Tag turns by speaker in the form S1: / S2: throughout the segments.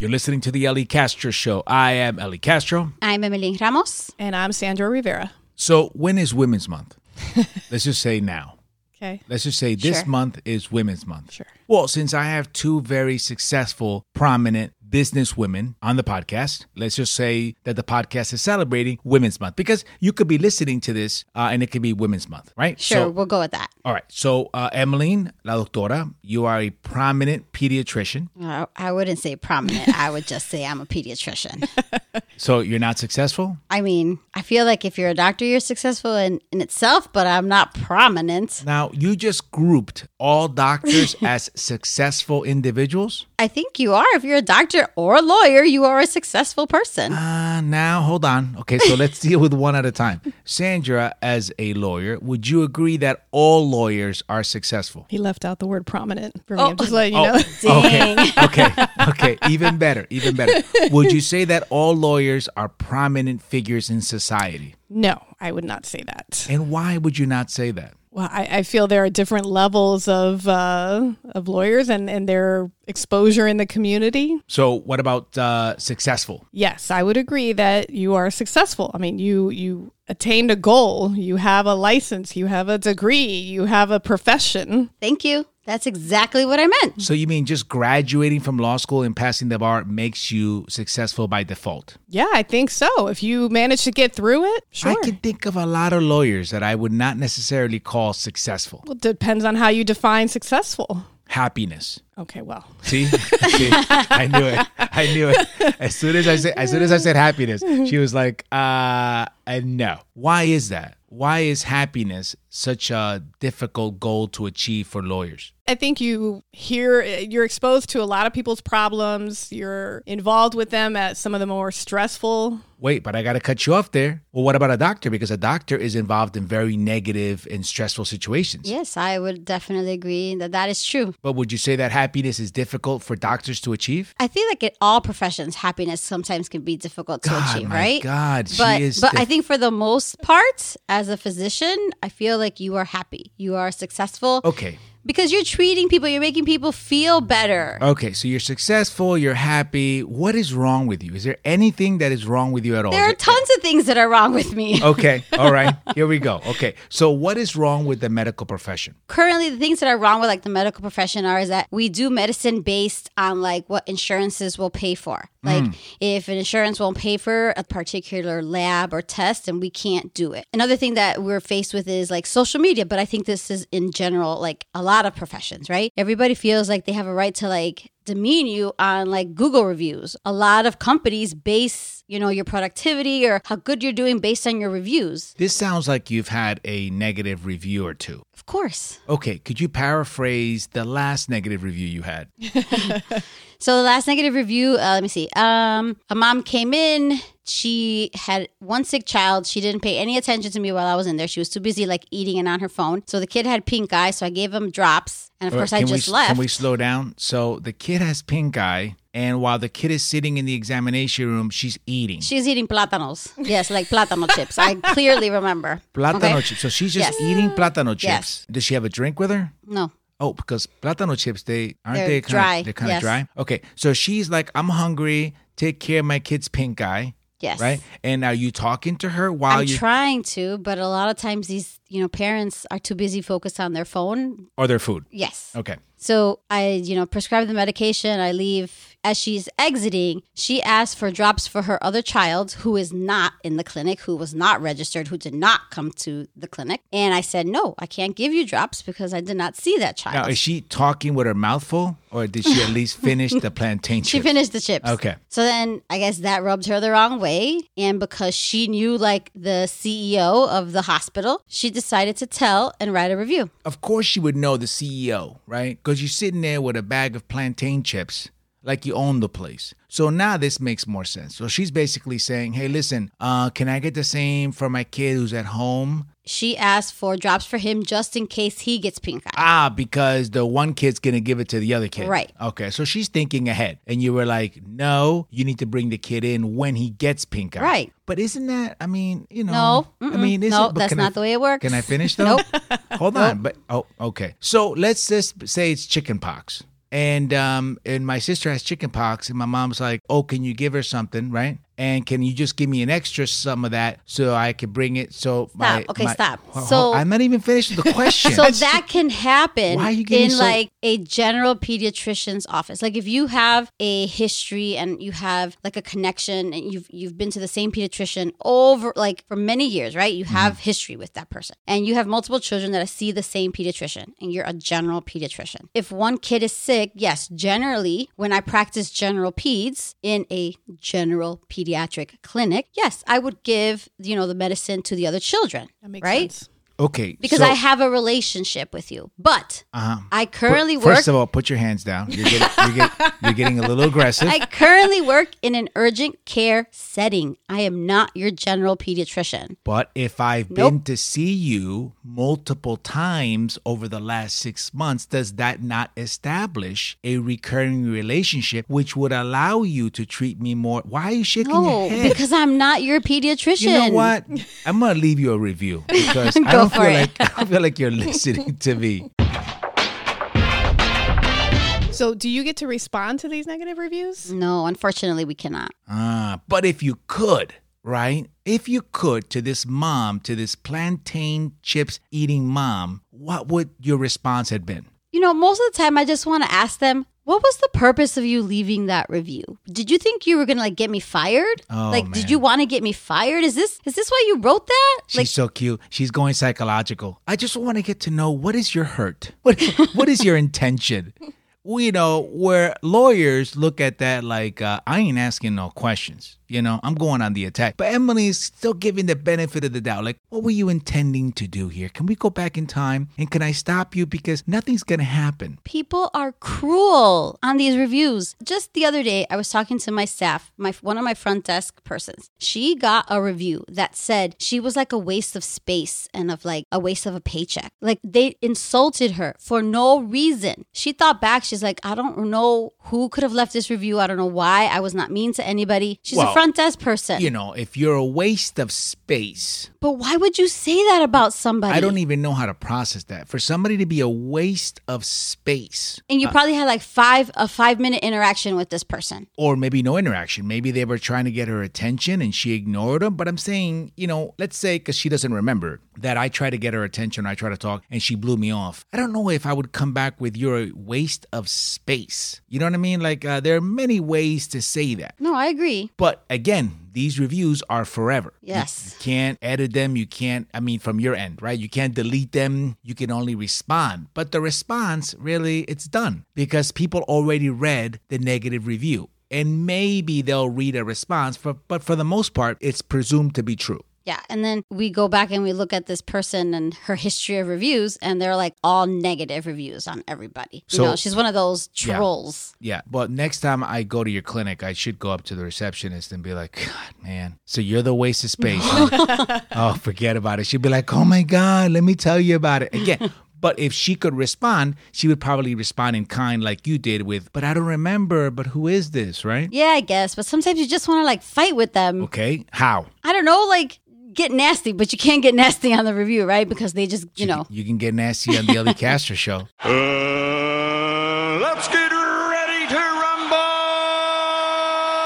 S1: You're listening to the Ellie Castro Show. I am Ellie Castro.
S2: I'm Emily Ramos.
S3: And I'm Sandra Rivera.
S1: So, when is Women's Month? Let's just say now.
S3: Okay.
S1: Let's just say this
S2: Sure.
S1: month is Women's Month.
S3: Sure.
S1: Well, since I have two very successful, prominent business women on the podcast, let's just say that the podcast is celebrating Women's Month because you could be listening to this uh, and it could be Women's Month, right?
S2: Sure,
S1: So,
S2: we'll go with that.
S1: all right. So, uh, Emmeline, la doctora, you are a prominent pediatrician.
S2: Uh, I wouldn't say prominent. I would just say I'm a pediatrician.
S1: So, you're not successful?
S2: I mean, I feel like if you're a doctor, you're successful in, in itself, but I'm not prominent.
S1: Now, you just grouped all doctors as successful individuals.
S2: I think you are. If you're a doctor or a lawyer, you are a successful person.
S1: Uh, now, hold on. Okay, so let's deal with one at a time. Sandra, as a lawyer, would you agree that all lawyers are successful?
S3: He left out the word prominent for me. I'm just letting you know.
S1: Okay, okay, okay. Even better, even better. Would you say that all lawyers are prominent figures in society?
S3: No, I would not say that.
S1: And why would you not say that?
S3: Well, I, I feel there are different levels of uh, of lawyers and, and their exposure in the community.
S1: So, what about uh, successful?
S3: Yes, I would agree that you are successful. I mean, you you attained a goal, you have a license, you have a degree, you have a profession.
S2: Thank you. That's exactly what I meant.
S1: So, you mean just graduating from law school and passing the bar makes you successful by default?
S3: Yeah, I think so. If you manage to get through it, sure.
S1: I can think of a lot of lawyers that I would not necessarily call successful.
S3: Well, depends on how you define successful.
S1: Happiness.
S3: Okay, well,
S1: See, See? I knew it. I knew it. As soon as I said, as soon as I said happiness, she was like, uh, uh, no. Why is that? Why is happiness such a difficult goal to achieve for lawyers?
S3: I think you hear uh, you're exposed to a lot of people's problems. You're involved with them at some of the more stressful.
S1: Wait, but I got to cut you off there. Well, what about a doctor? Because a doctor is involved in very negative and stressful situations.
S2: Yes, I would definitely agree that that is true.
S1: But would you say that happiness is difficult for doctors to achieve?
S2: I feel like in all professions, happiness sometimes can be difficult to
S1: God,
S2: achieve,
S1: my
S2: right?
S1: God, she
S2: but
S1: is
S2: but I
S1: diff-
S2: think for the most part, as a physician, I feel like you are happy, you are successful,
S1: Okay.
S2: because you're treating people, you're making people feel better.
S1: Okay, so you're successful, you're happy. What is wrong with you? Is there anything that is wrong with you at all?
S2: There are tons of things that are wrong with me.
S1: okay, all right, here we go. Okay, so what is wrong with the medical profession?
S2: Currently, the things that are wrong with like the medical profession are is that we do medicine based on like what insurances will pay for. Like if an insurance won't pay for a particular lab or test, and we can't do it. Another thing that we're faced with is like social media, but I think this is in general like a lot of professions, right? Everybody feels like they have a right to like demean you on like Google reviews. A lot of companies base, you know, your productivity or how good you're doing based on your reviews.
S1: This sounds like you've had a negative review or two.
S2: Of course.
S1: Okay, could you paraphrase the last negative review you had?
S2: So the last negative review, uh, let me see. Um, a mom came in. She had one sick child. She didn't pay any attention to me while I was in there. She was too busy like eating and on her phone. So the kid had pink eye. So I gave him drops, and of
S1: All right,
S2: course I
S1: Uh, can we
S2: just
S1: s-
S2: left.
S1: Can we slow down? So the kid has pink eye, and while the kid is sitting in the examination room, she's eating.
S2: She's eating plátanos. Yes, like plátano chips. I clearly remember.
S1: Platano
S2: Okay?
S1: chips. So she's just
S2: Yes.
S1: eating platano chips.
S2: Yes.
S1: Does she have a drink with her?
S2: No.
S1: Oh, because platano chips they aren't
S2: They're
S1: they kind
S2: dry,
S1: of they're kind
S2: yes.
S1: of dry. Okay, so she's like, I'm hungry. Take care of my kid's pink eye,
S2: Yes.
S1: right? And are you talking to her while
S2: I'm
S1: you
S2: trying to, but a lot of times these, you know, parents are too busy focused on their phone.
S1: or their food?
S2: Yes.
S1: Okay,
S2: So I, you know, prescribe the medication. I leave. As she's exiting, she asks for drops for her other child who is not in the clinic, who was not registered, who did not come to the clinic. And I said, no, I can't give you drops because I did not see that
S1: now
S2: child.
S1: is she talking with her mouth full, or did she at least finish the plantain
S2: she
S1: chip?
S2: finished the chips.
S1: Okay.
S2: So then I guess that rubbed her the wrong way. And because she knew like the CEO of the hospital, she decided to tell and write a review.
S1: of course, she would know the CEO, right? Because you're sitting there with a bag of plantain chips. Like you own the place. So now this makes more sense. So she's basically saying, hey, listen, uh, can I get the same for my kid who's at home?
S2: She asked for drops for him just in case he gets pink eye.
S1: Ah, because the one kid's gonna give it to the other kid.
S2: Right.
S1: Okay, so she's thinking ahead. And you were like, no, you need to bring the kid in when he gets pink eye.
S2: Right.
S1: But isn't that, I mean, you know.
S2: No,
S1: I mean,
S2: mm-mm,
S1: isn't
S2: no,
S1: but
S2: that's
S1: can I-
S2: not the way it works.
S1: Can I finish though? Hold on. But, oh, okay. So let's just say it's chicken pox. and um and my sister has chicken pox and my mom's like oh can you give her something right and can you just give me an extra some of that so I can bring it so my
S2: Stop. Okay,
S1: my-
S2: stop.
S1: Ho- ho-
S2: So-
S1: I'm not even finished with the question
S2: So that can happen
S1: Why are you getting
S2: in
S1: so-
S2: like a general pediatrician's office. Like if you have a history and you have like a connection and you've you've been to the same pediatrician over like for many years, right? You
S1: Mm.
S2: have history with that person. And you have multiple children that see the same pediatrician and you're a general pediatrician. If one kid is sick, yes, generally when I practice general peds in a general pediatric clinic, yes, I would give, you know, the medicine to the other children.
S3: That makes
S2: right?
S3: sense.
S1: okay
S2: because
S1: so-
S2: I have a relationship with you. But
S1: uh-huh.
S2: I currently
S1: Put-
S2: work.
S1: First of all, put your hands down. You're getting, you're get, you're getting a little aggressive.
S2: I currently work in an urgent care setting. I am not your general pediatrician.
S1: but if I've been
S2: Nope.
S1: to see you multiple times over the last six months, does that not establish a recurring relationship which would allow you to treat me more? Why are you shaking
S2: No,
S1: your head?
S2: because I'm not your pediatrician.
S1: you know what? I'm gonna leave you a review because I
S2: Go
S1: don't
S2: for
S1: feel
S2: it.
S1: like I don't feel like you're listening to me.
S3: So, do you get to respond to these negative reviews?
S2: No, unfortunately, we cannot.
S1: Ah, but if you could, right? If you could to this mom, to this plantain chips eating mom, what would your response have been?
S2: You know, most of the time, I just want to ask them, what was the purpose of you leaving that review? Did you think you were gonna like get me fired?
S1: Oh,
S2: like,
S1: man.
S2: did you want to get me fired? Is this is this why you wrote that?
S1: She's so cute. She's going psychological. I just want to get to know what is your hurt? What what is your intention? We know where lawyers look at that like uh, I ain't asking no questions. You know, I'm going on the attack. But Emily is still giving the benefit of the doubt. Like, what were you intending to do here? Can we go back in time? And can I stop you because nothing's gonna happen?
S2: People are cruel on these reviews. Just the other day, I was talking to my staff, my one of my front desk persons. She got a review that said she was like a waste of space and of like a waste of a paycheck. Like they insulted her for no reason. She thought back. She's like, I don't know who could have left this review. I don't know why. I was not mean to anybody. She's
S1: Well,
S2: a front desk person.
S1: you know, if you're a waste of space,
S2: but why would you say that about somebody?
S1: I don't e- even know how to process that. For somebody to be a waste of space,
S2: and you probably had like five a five minute interaction with this person.
S1: or maybe no interaction, maybe they were trying to get her attention and she ignored them. But I'm saying, you know, let's say because she doesn't remember that I try to get her attention, I try to talk, and she blew me off. I don't know if I would come back with you're a waste of space. You know what I mean? Like uh, there are many ways to say that.
S2: No, I agree.
S1: But again, these reviews are forever. You-
S2: Yes.
S1: You, can't edit them. You can't, I mean, from your end, right? You can't delete them. You can only respond. But the response, really, it's done because people already read the negative review. And maybe they'll read a response, for, but for the most part, it's presumed to be true.
S2: Yeah. And then we go back and we look at this person and her history of reviews, and they're like all negative reviews on everybody. You
S1: So-
S2: know, she's one of those
S1: Yeah.
S2: trolls.
S1: Yeah. But next time I go to your clinic, I should go up to the receptionist and be like, God, man. So you're the waste of space. huh? oh, forget about it. She'd be like, Oh my God, let me tell you about it again. But if she could respond, she would probably respond in kind like you did with, but I don't remember, but who is this, right?
S2: Yeah, I guess. But sometimes you just want to like fight with them.
S1: Okay. How?
S2: I don't know, like get nasty, but you can't get nasty on the review, right? Because they just, you know,
S1: You can get nasty on the Ellie Castro show.
S4: Uh, let's get ready to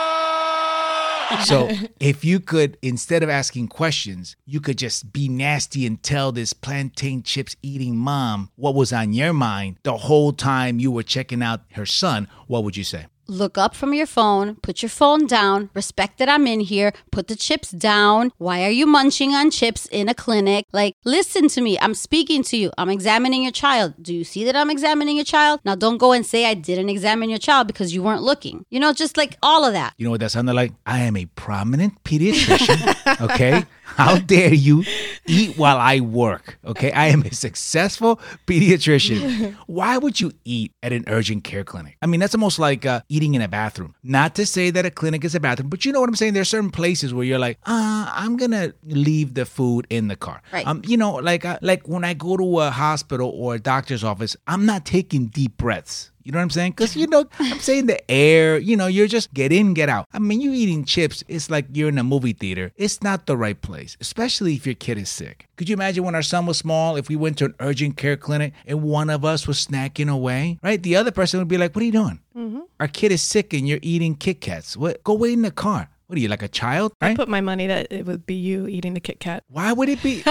S4: rumble!
S1: So if you could, instead of asking questions, you could just be nasty and tell this plantain chips eating mom what was on your mind the whole time you were checking out her son, what would you say?
S2: look up from your phone, put your phone down, respect that I'm in here, put the chips down. Why are you munching on chips in a clinic? Like, listen to me. I'm speaking to you. I'm examining your child. Do you see that I'm examining your child? Now, don't go and say I didn't examine your child because you weren't looking. You know, just like all of that.
S1: You know what that sounded like? I am a prominent pediatrician. Okay. How dare you eat while I work? Okay. I am a successful pediatrician. Why would you eat at an urgent care clinic? I mean, that's almost like uh, eating in a bathroom. Not to say that a clinic is a bathroom, but you know what I'm saying? There are certain places where you're like, uh, I'm going to leave the food in the car.
S2: Right.
S1: Um, you know, like, uh, like when I go to a hospital or a doctor's office, I'm not taking deep breaths. You know what I'm saying? Because, you know, I'm saying the air, you know, you're just get in, get out. I mean, you eating chips, it's like you're in a movie theater. It's not the right place, especially if your kid is sick. Could you imagine when our son was small, if we went to an urgent care clinic and one of us was snacking away, right? The other person would be like, What are you doing? Our kid is sick and you're eating Kit Kats. What? Go wait in the car. What are you, like a child?
S3: I
S1: Right?
S3: put my money that it would be you eating the Kit Kat.
S1: Why would it be?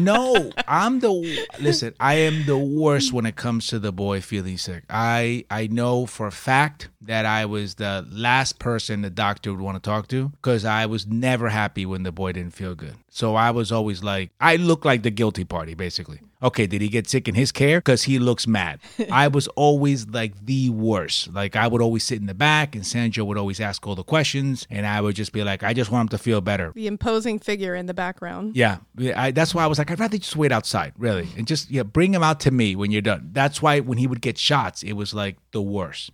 S1: no, I'm the listen. I am the worst when it comes to the boy feeling sick. I I know for a fact that I was the last person the doctor would want to talk to because I was never happy when the boy didn't feel good. So I was always like, I look like the guilty party, basically. Okay, did he get sick in his care? Because he looks mad. I was always like the worst. Like I would always sit in the back, and Sandra would always ask all the questions, and I would just be like, I just want him to feel better.
S3: The imposing figure in the background.
S1: Yeah, Yeah, I, that's why I was like, I'd rather just wait outside, really, and just yeah, bring him out to me when you're done. That's why when he would get shots, it was like the worst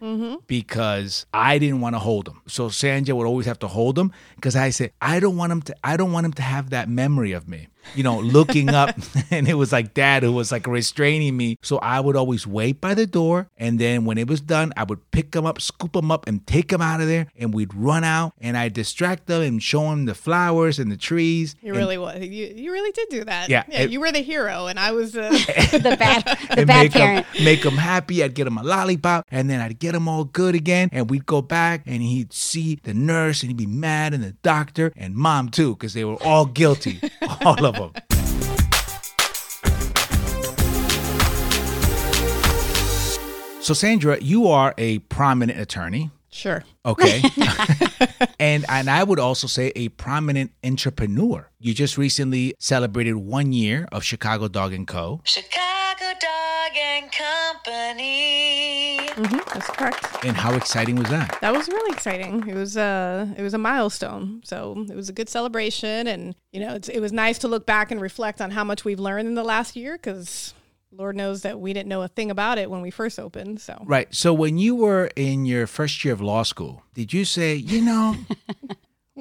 S1: because I didn't want to hold him. So Sanja would always have to hold him because I said, I don't want him to, I don't want him to have that memory of me. You know, looking up, and it was like dad who was like restraining me. So I would always wait by the door, and then when it was done, I would pick him up, scoop him up, and take him out of there. And we'd run out, and I'd distract them and show him the flowers and the trees.
S3: You really was. You, you really did do that.
S1: Yeah, it-
S3: you were the hero, and I was. Uh,
S2: the bad, the
S1: and
S2: bad
S1: make
S2: parent.
S1: Him, make him happy. I'd get him a lollipop, and then I'd get him all good again. And we'd go back, and he'd see the nurse, and he'd be mad, and the doctor, and mom too, because they were all guilty, all of them. So, Sandra, you are a prominent attorney.
S3: sure.
S1: Okay. and and I would also say a prominent entrepreneur. You just recently celebrated one year of Chicago Dog and Co.
S5: Chicago Dog and Company.
S3: hmm that's correct.
S1: And how exciting was that?
S3: That was really exciting. It was uh, it was a milestone. So it was a good celebration, and you know, it's, it was nice to look back and reflect on how much we've learned in the last year, because Lord knows that we didn't know a thing about it when we first opened. So
S1: Right. So when you were in your first year of law school, did you say, you know,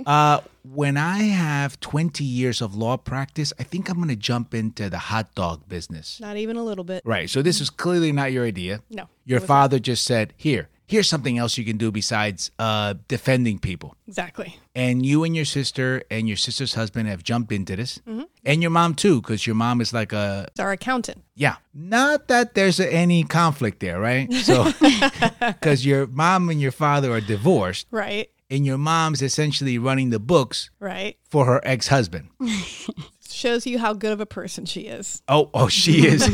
S1: uh, when I have 20 years of law practice, I think I'm going to jump into the hot dog business?
S3: not even a little bit.
S1: Right. So this is clearly not your idea.
S3: No,
S1: Your father just said, here, here's something else you can do besides uh, defending people.
S3: Exactly.
S1: And you and your sister and your sister's husband have jumped into this. And your mom, too, because your mom is like a,
S3: It's our accountant.
S1: yeah. Not that there's any conflict there, right? So, because your mom and your father are divorced,
S3: Right.
S1: and your mom's essentially running the books
S3: Right.
S1: for her ex husband.
S3: Shows you how good of a person she is.
S1: Oh, oh, she is.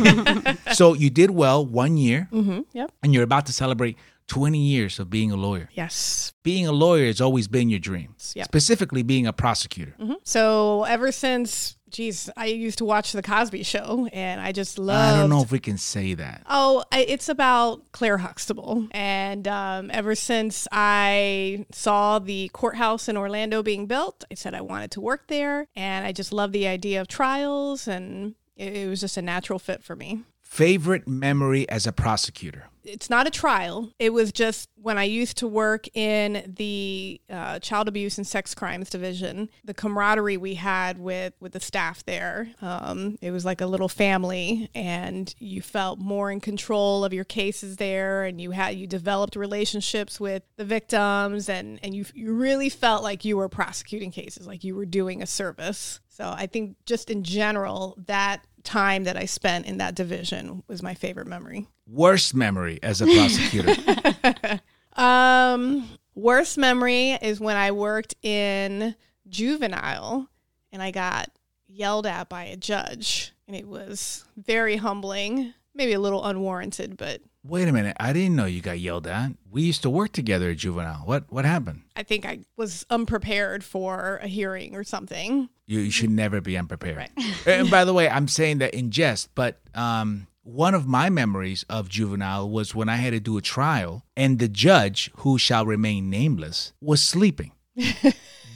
S1: so, you did well one year,
S3: Mm-hmm. Yep.
S1: and you're about to celebrate 20 years of being a lawyer.
S3: Yes.
S1: Being a lawyer has always been your dream,
S3: Yep. Mm-hmm.
S1: specifically being a prosecutor.
S3: So ever since, geez, I used to watch The Cosby Show, and I just loved.
S1: I don't know if we can say that.
S3: Oh, I, it's about Claire Huxtable. And um, ever since I saw the courthouse in Orlando being built, I said I wanted to work there. And I just love the idea of trials, and it, it was just a natural fit for me.
S1: Favorite memory as a prosecutor?
S3: it's not a trial. It was just when I used to work in the uh, child abuse and sex crimes division, the camaraderie we had with with the staff there. Um, it was like a little family, and you felt more in control of your cases there, and you had you developed relationships with the victims, and and you you really felt like you were prosecuting cases, like you were doing a service. So I think just in general that time that I spent in that division was my favorite memory.
S1: Worst memory as a prosecutor?
S3: Um, worst memory is when I worked in juvenile and I got yelled at by a judge, and it was very humbling, maybe a little unwarranted, but
S1: Wait a minute. I didn't know you got yelled at. We used to work together at Juvenile. What what happened?
S3: I think I was unprepared for a hearing or something.
S1: You, you should never be unprepared. and by the way, I'm saying that in jest, but um, one of my memories of Juvenile was when I had to do a trial and the judge, who shall remain nameless, was sleeping.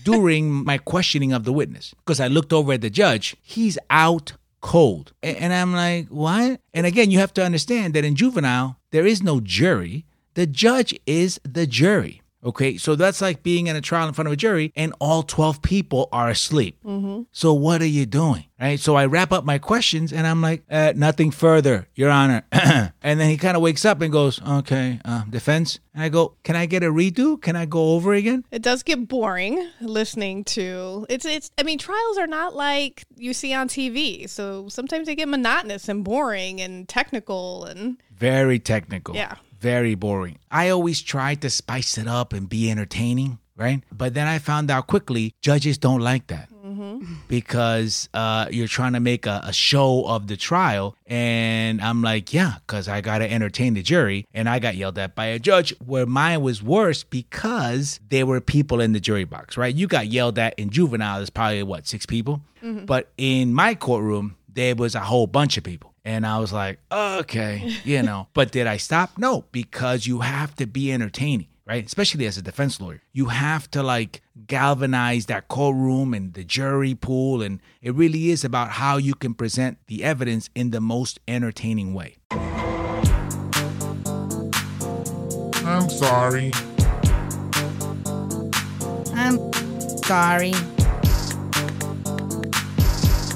S1: during my questioning of the witness because I looked over at the judge. He's out cold. A- And, I'm like, what? And again, you have to understand that in juvenile, there is no jury. The judge is the jury, Okay, so that's like being in a trial in front of a jury and all 12 people are asleep. So what are you doing? Right? So I wrap up my questions and I'm like, uh, nothing further, Your Honor. and then he kind of wakes up and goes, okay, uh, defense. And I go, can I get a redo? Can I go over again?
S3: It does get boring listening to it's it's I mean trials are not like you see on TV. So sometimes they get monotonous and boring and technical and
S1: Very technical.
S3: Yeah.
S1: Very boring. I always tried to spice it up and be entertaining, right? But then I found out quickly judges don't like that because uh, you're trying to make a, a show of the trial. And I'm like, yeah, because I got to entertain the jury. And I got yelled at by a judge where mine was worse because there were people in the jury box, right? You got yelled at in juvenile, there's probably what, six people? But in my courtroom, there was a whole bunch of people. And I was like, okay, you know. but did I stop? No, because you have to be entertaining, right? Especially as a defense lawyer. You have to like galvanize that courtroom and the jury pool. And it really is about how you can present the evidence in the most entertaining way.
S6: I'm sorry.
S7: I'm sorry.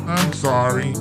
S6: I'm sorry.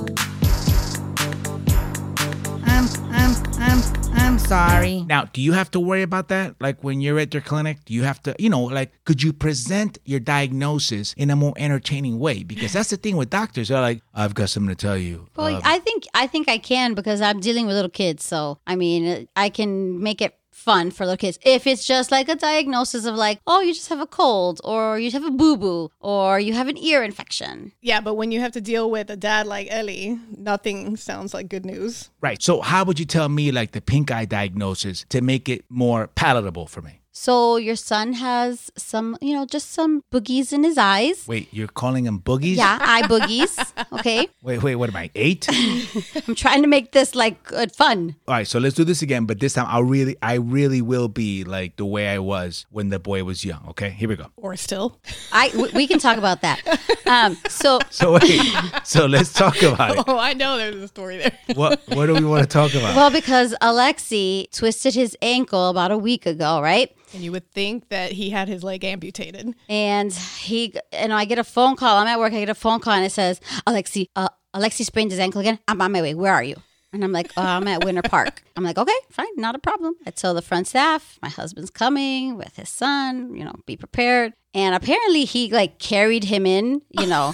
S7: I'm I'm I'm I'm sorry.
S1: Now, do you have to worry about that? Like when you're at your clinic, do you have to, you know, like could you present your diagnosis in a more entertaining way? Because that's the thing with doctors. They're like, I've got something to tell you.
S2: Well,
S1: Um,
S2: I think I think I can because I'm dealing with little kids. So I mean, I can make it fun for little kids if it's just like a diagnosis of like, oh, you just have a cold, or you have a boo boo, or you have an ear infection.
S3: yeah, but when you have to deal with a dad like Ellie, nothing sounds like good news.
S1: Right. So how would you tell me like the pink eye diagnosis to make it more palatable for me?
S2: So your son has some, you know, just some boogies in his eyes.
S1: Wait, you're calling them boogies?
S2: Yeah, eye boogies. Okay,
S1: Wait, wait, what am I? Eight? All
S2: I'm trying to make this like good fun.
S1: right, so let's do this again, but this time I'll really I really will be like the way I was when the boy was young. Okay, here we go.
S3: Or still.
S2: I w- we can talk about that. Um, so
S1: So wait, so let's talk about it.
S3: Oh, I know there's a story there.
S1: What what do we want to talk about?
S2: well, because Alexi twisted his ankle about a week ago, right?
S3: And you would think that he had his leg amputated.
S2: And he, you know, I get a phone call. I'm at work. I get a phone call, and it says, "Alexi, uh, Alexi sprained his ankle again. I'm on my way. Where are you?" And I'm like, "Oh, I'm at Winter Park." I'm like, "Okay, fine, not a problem." I tell the front staff, "My husband's coming with his son. You know, be prepared." And apparently, he like carried him in. You know,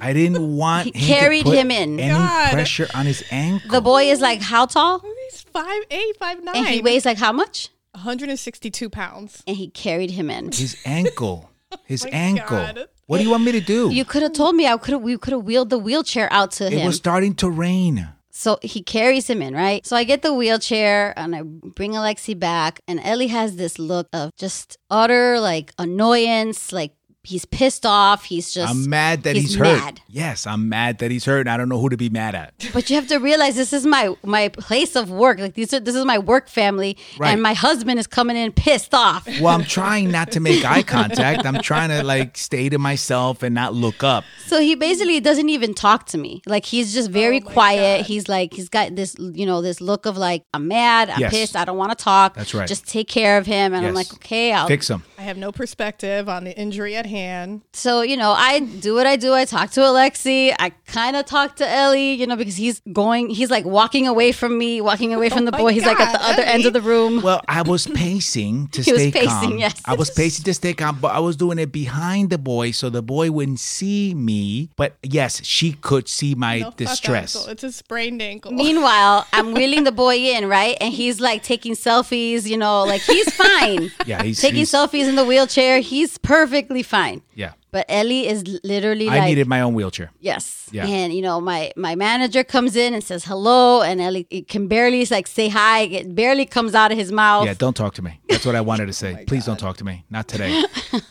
S1: I didn't want
S2: He
S1: him
S2: carried
S1: to put
S2: him in.
S1: any
S3: God.
S1: pressure on his ankle.
S2: the boy is like how tall,
S3: He's five eight, five nine.
S2: and he weighs like how much,
S3: 162 pounds.
S2: and he carried him in.
S1: his ankle. His ankle.
S3: God.
S1: What do you want me to do?
S2: You could have told me. I could have. We could have wheeled the wheelchair out to
S1: it
S2: him.
S1: was starting to rain.
S2: So he carries him in, right? So I get the wheelchair and I bring Alexi back, and Ellie has this look of just utter like annoyance, like he's pissed off. He's just
S1: I'm mad that he's,
S2: he's
S1: hurt.
S2: mad.
S1: Yes, I'm mad that he's hurt, and I don't know who to be mad at.
S2: But you have to realize this is my my place of work. Like these are this is my work family,
S1: Right.
S2: and my husband is coming in pissed off.
S1: Well, I'm trying not to make eye contact. I'm trying to like stay to myself and not look up.
S2: So he basically doesn't even talk to me. Like he's just very quiet. He's like he's got this you know this look of like I'm mad, I'm
S1: Yes.
S2: pissed, I don't want to talk.
S1: That's right.
S2: Just take care of him, and I'm
S1: Yes.
S2: like okay, I'll
S1: Fix him.
S3: I have no perspective on the injury at hand.
S2: so you know i do what i do i talk to alexi i kind of talk to ellie you know because he's going he's like walking away from me walking away
S1: Oh
S2: from the boy he's like at the
S3: God,
S2: other end of the room
S1: Well, I was pacing to
S2: He was
S1: stay
S2: pacing,
S1: calm.
S2: yes.
S1: I was pacing to stay calm, but I was doing it behind the boy so the boy wouldn't see me. But yes, she could see my
S3: No fuck
S1: distress.
S3: ankle. It's a sprained ankle.
S2: meanwhile i'm wheeling the boy in right and he's like taking selfies you know like he's fine
S1: Yeah, he's
S2: taking
S1: he's-
S2: selfies in the wheelchair he's perfectly fine
S1: Yeah,
S2: but ellie is literally
S1: I
S2: like
S1: needed my own wheelchair.
S2: Yes.
S1: Yeah.
S2: And you know, my my manager comes in and says hello, and Ellie it can barely like say hi. It barely comes out of his mouth.
S1: Yeah, don't talk to me. That's what I wanted to say. Please don't talk to me. Not today.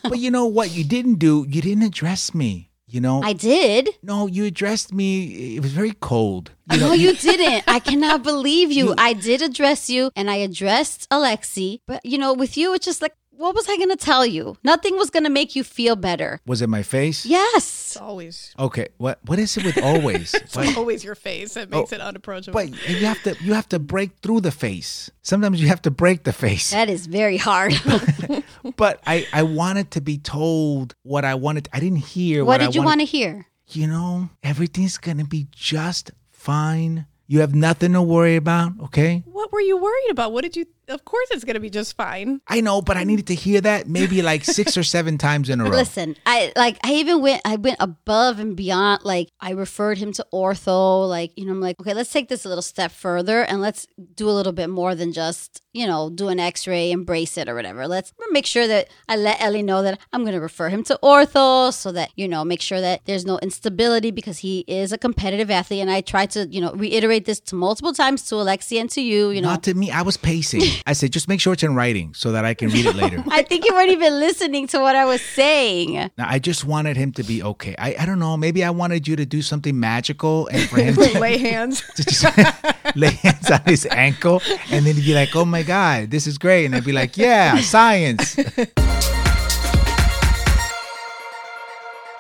S1: but you know what? You didn't do. You didn't address me. You know,
S2: I did.
S1: No, you addressed me. It was very cold. You know,
S2: No, you didn't. I cannot believe you. I did address you and I addressed Alexi, but you know, with you, it's just like, what was I going to tell you? Nothing was going to make you feel better.
S1: was it my face?
S2: Yes.
S3: It's always,
S1: Okay. What What is it with always? What-
S3: always your face that makes it unapproachable.
S1: but you have to you have to break through the face. Sometimes you have to break the face.
S2: That is very hard.
S1: but I, I wanted to be told what I wanted. I didn't hear
S2: What
S1: what,
S2: did
S1: I
S2: you
S1: wanted.
S2: want to hear?
S1: you know, everything's gonna be just fine. You have nothing to worry about, okay?
S3: What were you worried about? What did you? Of course, it's going to be just fine.
S1: I know, but I needed to hear that maybe like six or seven times in a row.
S2: Listen, I like I even went I went above and beyond like I referred him to ortho like you know I'm like okay let's take this a little step further and let's do a little bit more than just you know do an x-ray embrace it or whatever let's make sure that I let Ellie know that I'm going to refer him to ortho so that you know make sure that there's no instability because he is a competitive athlete and I tried to you know reiterate this to multiple times to Alexia and to you you know
S1: Not to me. I was pacing. I said, just make sure it's in writing so that I can read it later.
S2: I think you weren't even listening to what I was saying.
S1: Now, I just wanted him to be okay. I, I don't know. Maybe I wanted you to do something magical and for him to,
S3: Lay hands.
S1: to just lay hands on his ankle and then he'd be like, oh my God, this is great. And I'd be like, yeah, science.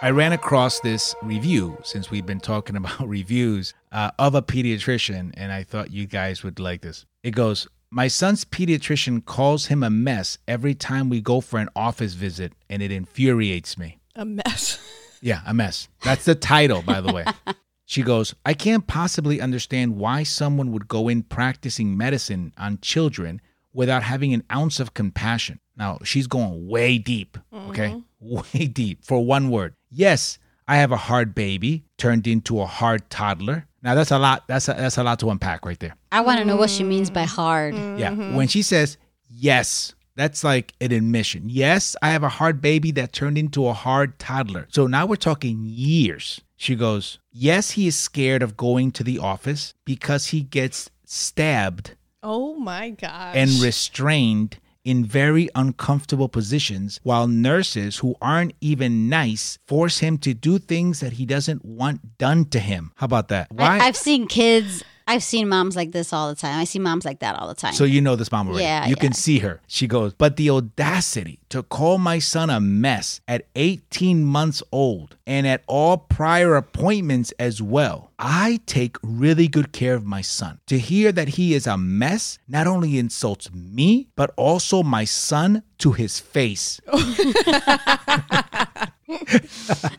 S1: I ran across this review since we've been talking about reviews uh, of a pediatrician, and I thought you guys would like this. It goes My son's pediatrician calls him a mess every time we go for an office visit, and it infuriates me.
S3: A mess.
S1: Yeah, a mess. That's the title, by the way. She goes, I can't possibly understand why someone would go in practicing medicine on children without having an ounce of compassion. Now, she's going way deep, okay? Way deep for one word. Yes, I have a hard baby turned into a hard toddler. Now, that's a lot. That's a, that's a lot to unpack right there.
S2: I want to know what she means by hard.
S1: Yeah. When she says, yes, that's like an admission. Yes, I have a hard baby that turned into a hard toddler. So now we're talking years. She goes, yes, he is scared of going to the office because he gets stabbed
S3: Oh my gosh.
S1: and restrained in very uncomfortable positions while nurses who aren't even nice force him to do things that he doesn't want done to him. How about that? Why?
S2: I, I've seen kids, I've seen moms like this all the time. I see moms like that all the time.
S1: So you know this mom already.
S2: Yeah,
S1: you
S2: yeah.
S1: can see her. She goes, but the audacity to call my son a mess at 18 months old and at all prior appointments as well. I take really good care of my son. To hear that he is a mess not only insults me, but also my son to his face.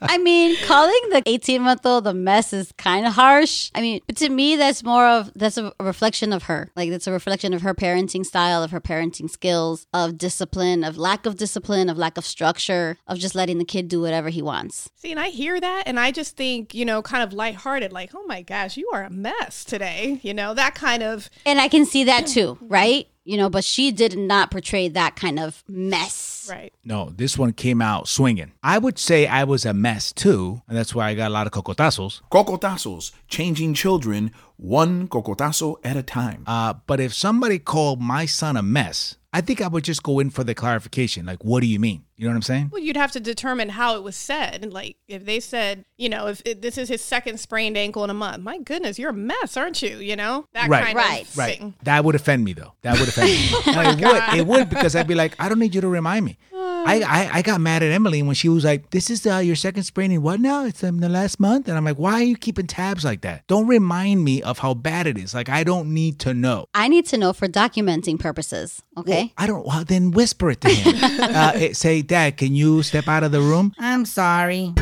S2: I mean, calling the 18 month old a mess is kind of harsh. I mean, but to me, that's more of that's a reflection of her. Like, that's a reflection of her parenting style, of her parenting skills, of discipline, of lack of discipline, of lack of structure, of just letting the kid do whatever he wants.
S3: See, and I hear that, and I just think, you know, kind of lighthearted, like, oh my gosh, you are a mess today. You know, that kind of,
S2: And I can see that too, right? You know, but she did not portray that kind of mess.
S3: right.
S1: No, this one came out swinging. I would say I was a mess too, and that's why I got a lot of cocotazos.
S8: Cocotazos, changing children one cocotazo at a time.
S1: Uh, but if somebody called my son a mess, I think I would just go in for the clarification. Like, what do you mean? You know what I'm saying?
S3: Well, you'd have to determine how it was said. And, Like, if they said, you know, if it, this is his second sprained ankle in a month, my goodness, you're a mess, aren't you? You know, that
S1: Right.
S3: kind
S2: Right.
S3: of
S1: Right.
S3: thing.
S1: That would offend me, though. That would offend me. No, it would. It would because I'd be like, I don't need you to remind me. I, I, I got mad at Emily when she was like, "This is uh, your second sprain in what now? It's in the last month." And I'm like, "Why are you keeping tabs like that? Don't remind me of how bad it is. Like I don't need to know."
S2: I need to know for documenting purposes, okay?
S1: I don't. Well, then whisper it to him. uh, it- say, "Dad, can you step out of the room?"
S7: I'm sorry.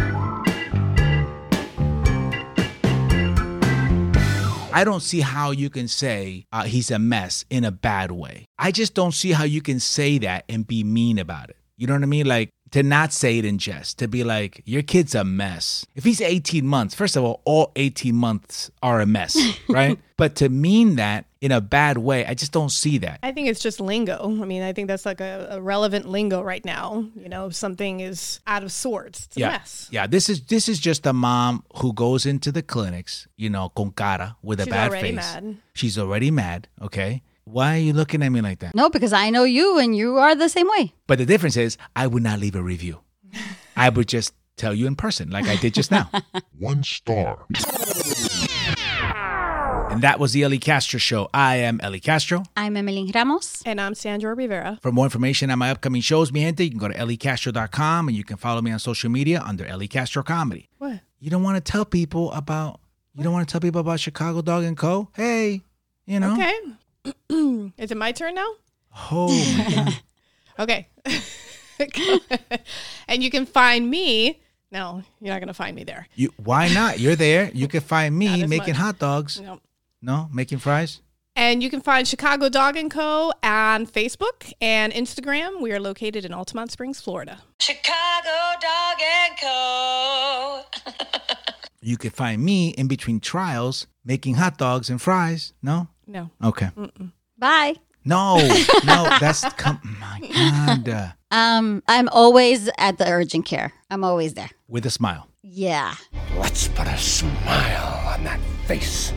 S1: I don't see how you can say uh, he's a mess in a bad way. I just don't see how you can say that and be mean about it. You know what I mean? Like to not say it in jest, to be like, your kid's a mess. If he's 18 months, first of all, all 18 months are a mess, right? but to mean that in a bad way, I just don't see that.
S3: I think it's just lingo. I mean, I think that's like a, a relevant lingo right now. You know, if something is out of sorts. It's a
S1: yeah.
S3: mess.
S1: Yeah, this is this is just a mom who goes into the clinics, you know, con cara with a
S3: She's
S1: bad
S3: already
S1: face.
S3: mad.
S1: She's already mad, okay? Why are you looking at me like that?
S2: No, because I know you and you are the same way.
S1: But the difference is, I would not leave a review. I would just tell you in person, like I did just now.
S6: One star.
S1: and that was the Ellie Castro Show. I am Ellie Castro.
S2: I'm Emily Ramos.
S3: And I'm Sandra Rivera.
S1: For more information on my upcoming shows, mi gente, you can go to elliecastro.com and you can follow me on social media under Ellie Castro Comedy.
S3: What?
S1: You don't want to tell people about, you don't want to tell people about Chicago Dog and Co. Hey, you know.
S3: Okay. is it my turn now?
S1: Oh, my God.
S3: Okay. and you can find me. No, you're not going to find me there.
S1: You, why not? You're there. You can find me
S3: as
S1: making
S3: much.
S1: hot dogs.
S3: No.
S1: No, making fries.
S3: And you can find Chicago Dog and Co. on Facebook and Instagram. We are located in Altamont Springs, Florida.
S5: Chicago Dog and Co.
S1: You can find me in between trials making hot dogs and fries. No.
S3: No.
S1: Okay.
S2: Bye.
S1: No, no, that's come. My God, uh,
S2: Um, I'm always at the urgent care. I'm always there.
S1: with a smile.
S2: Yeah.
S9: Let's put a smile on that face.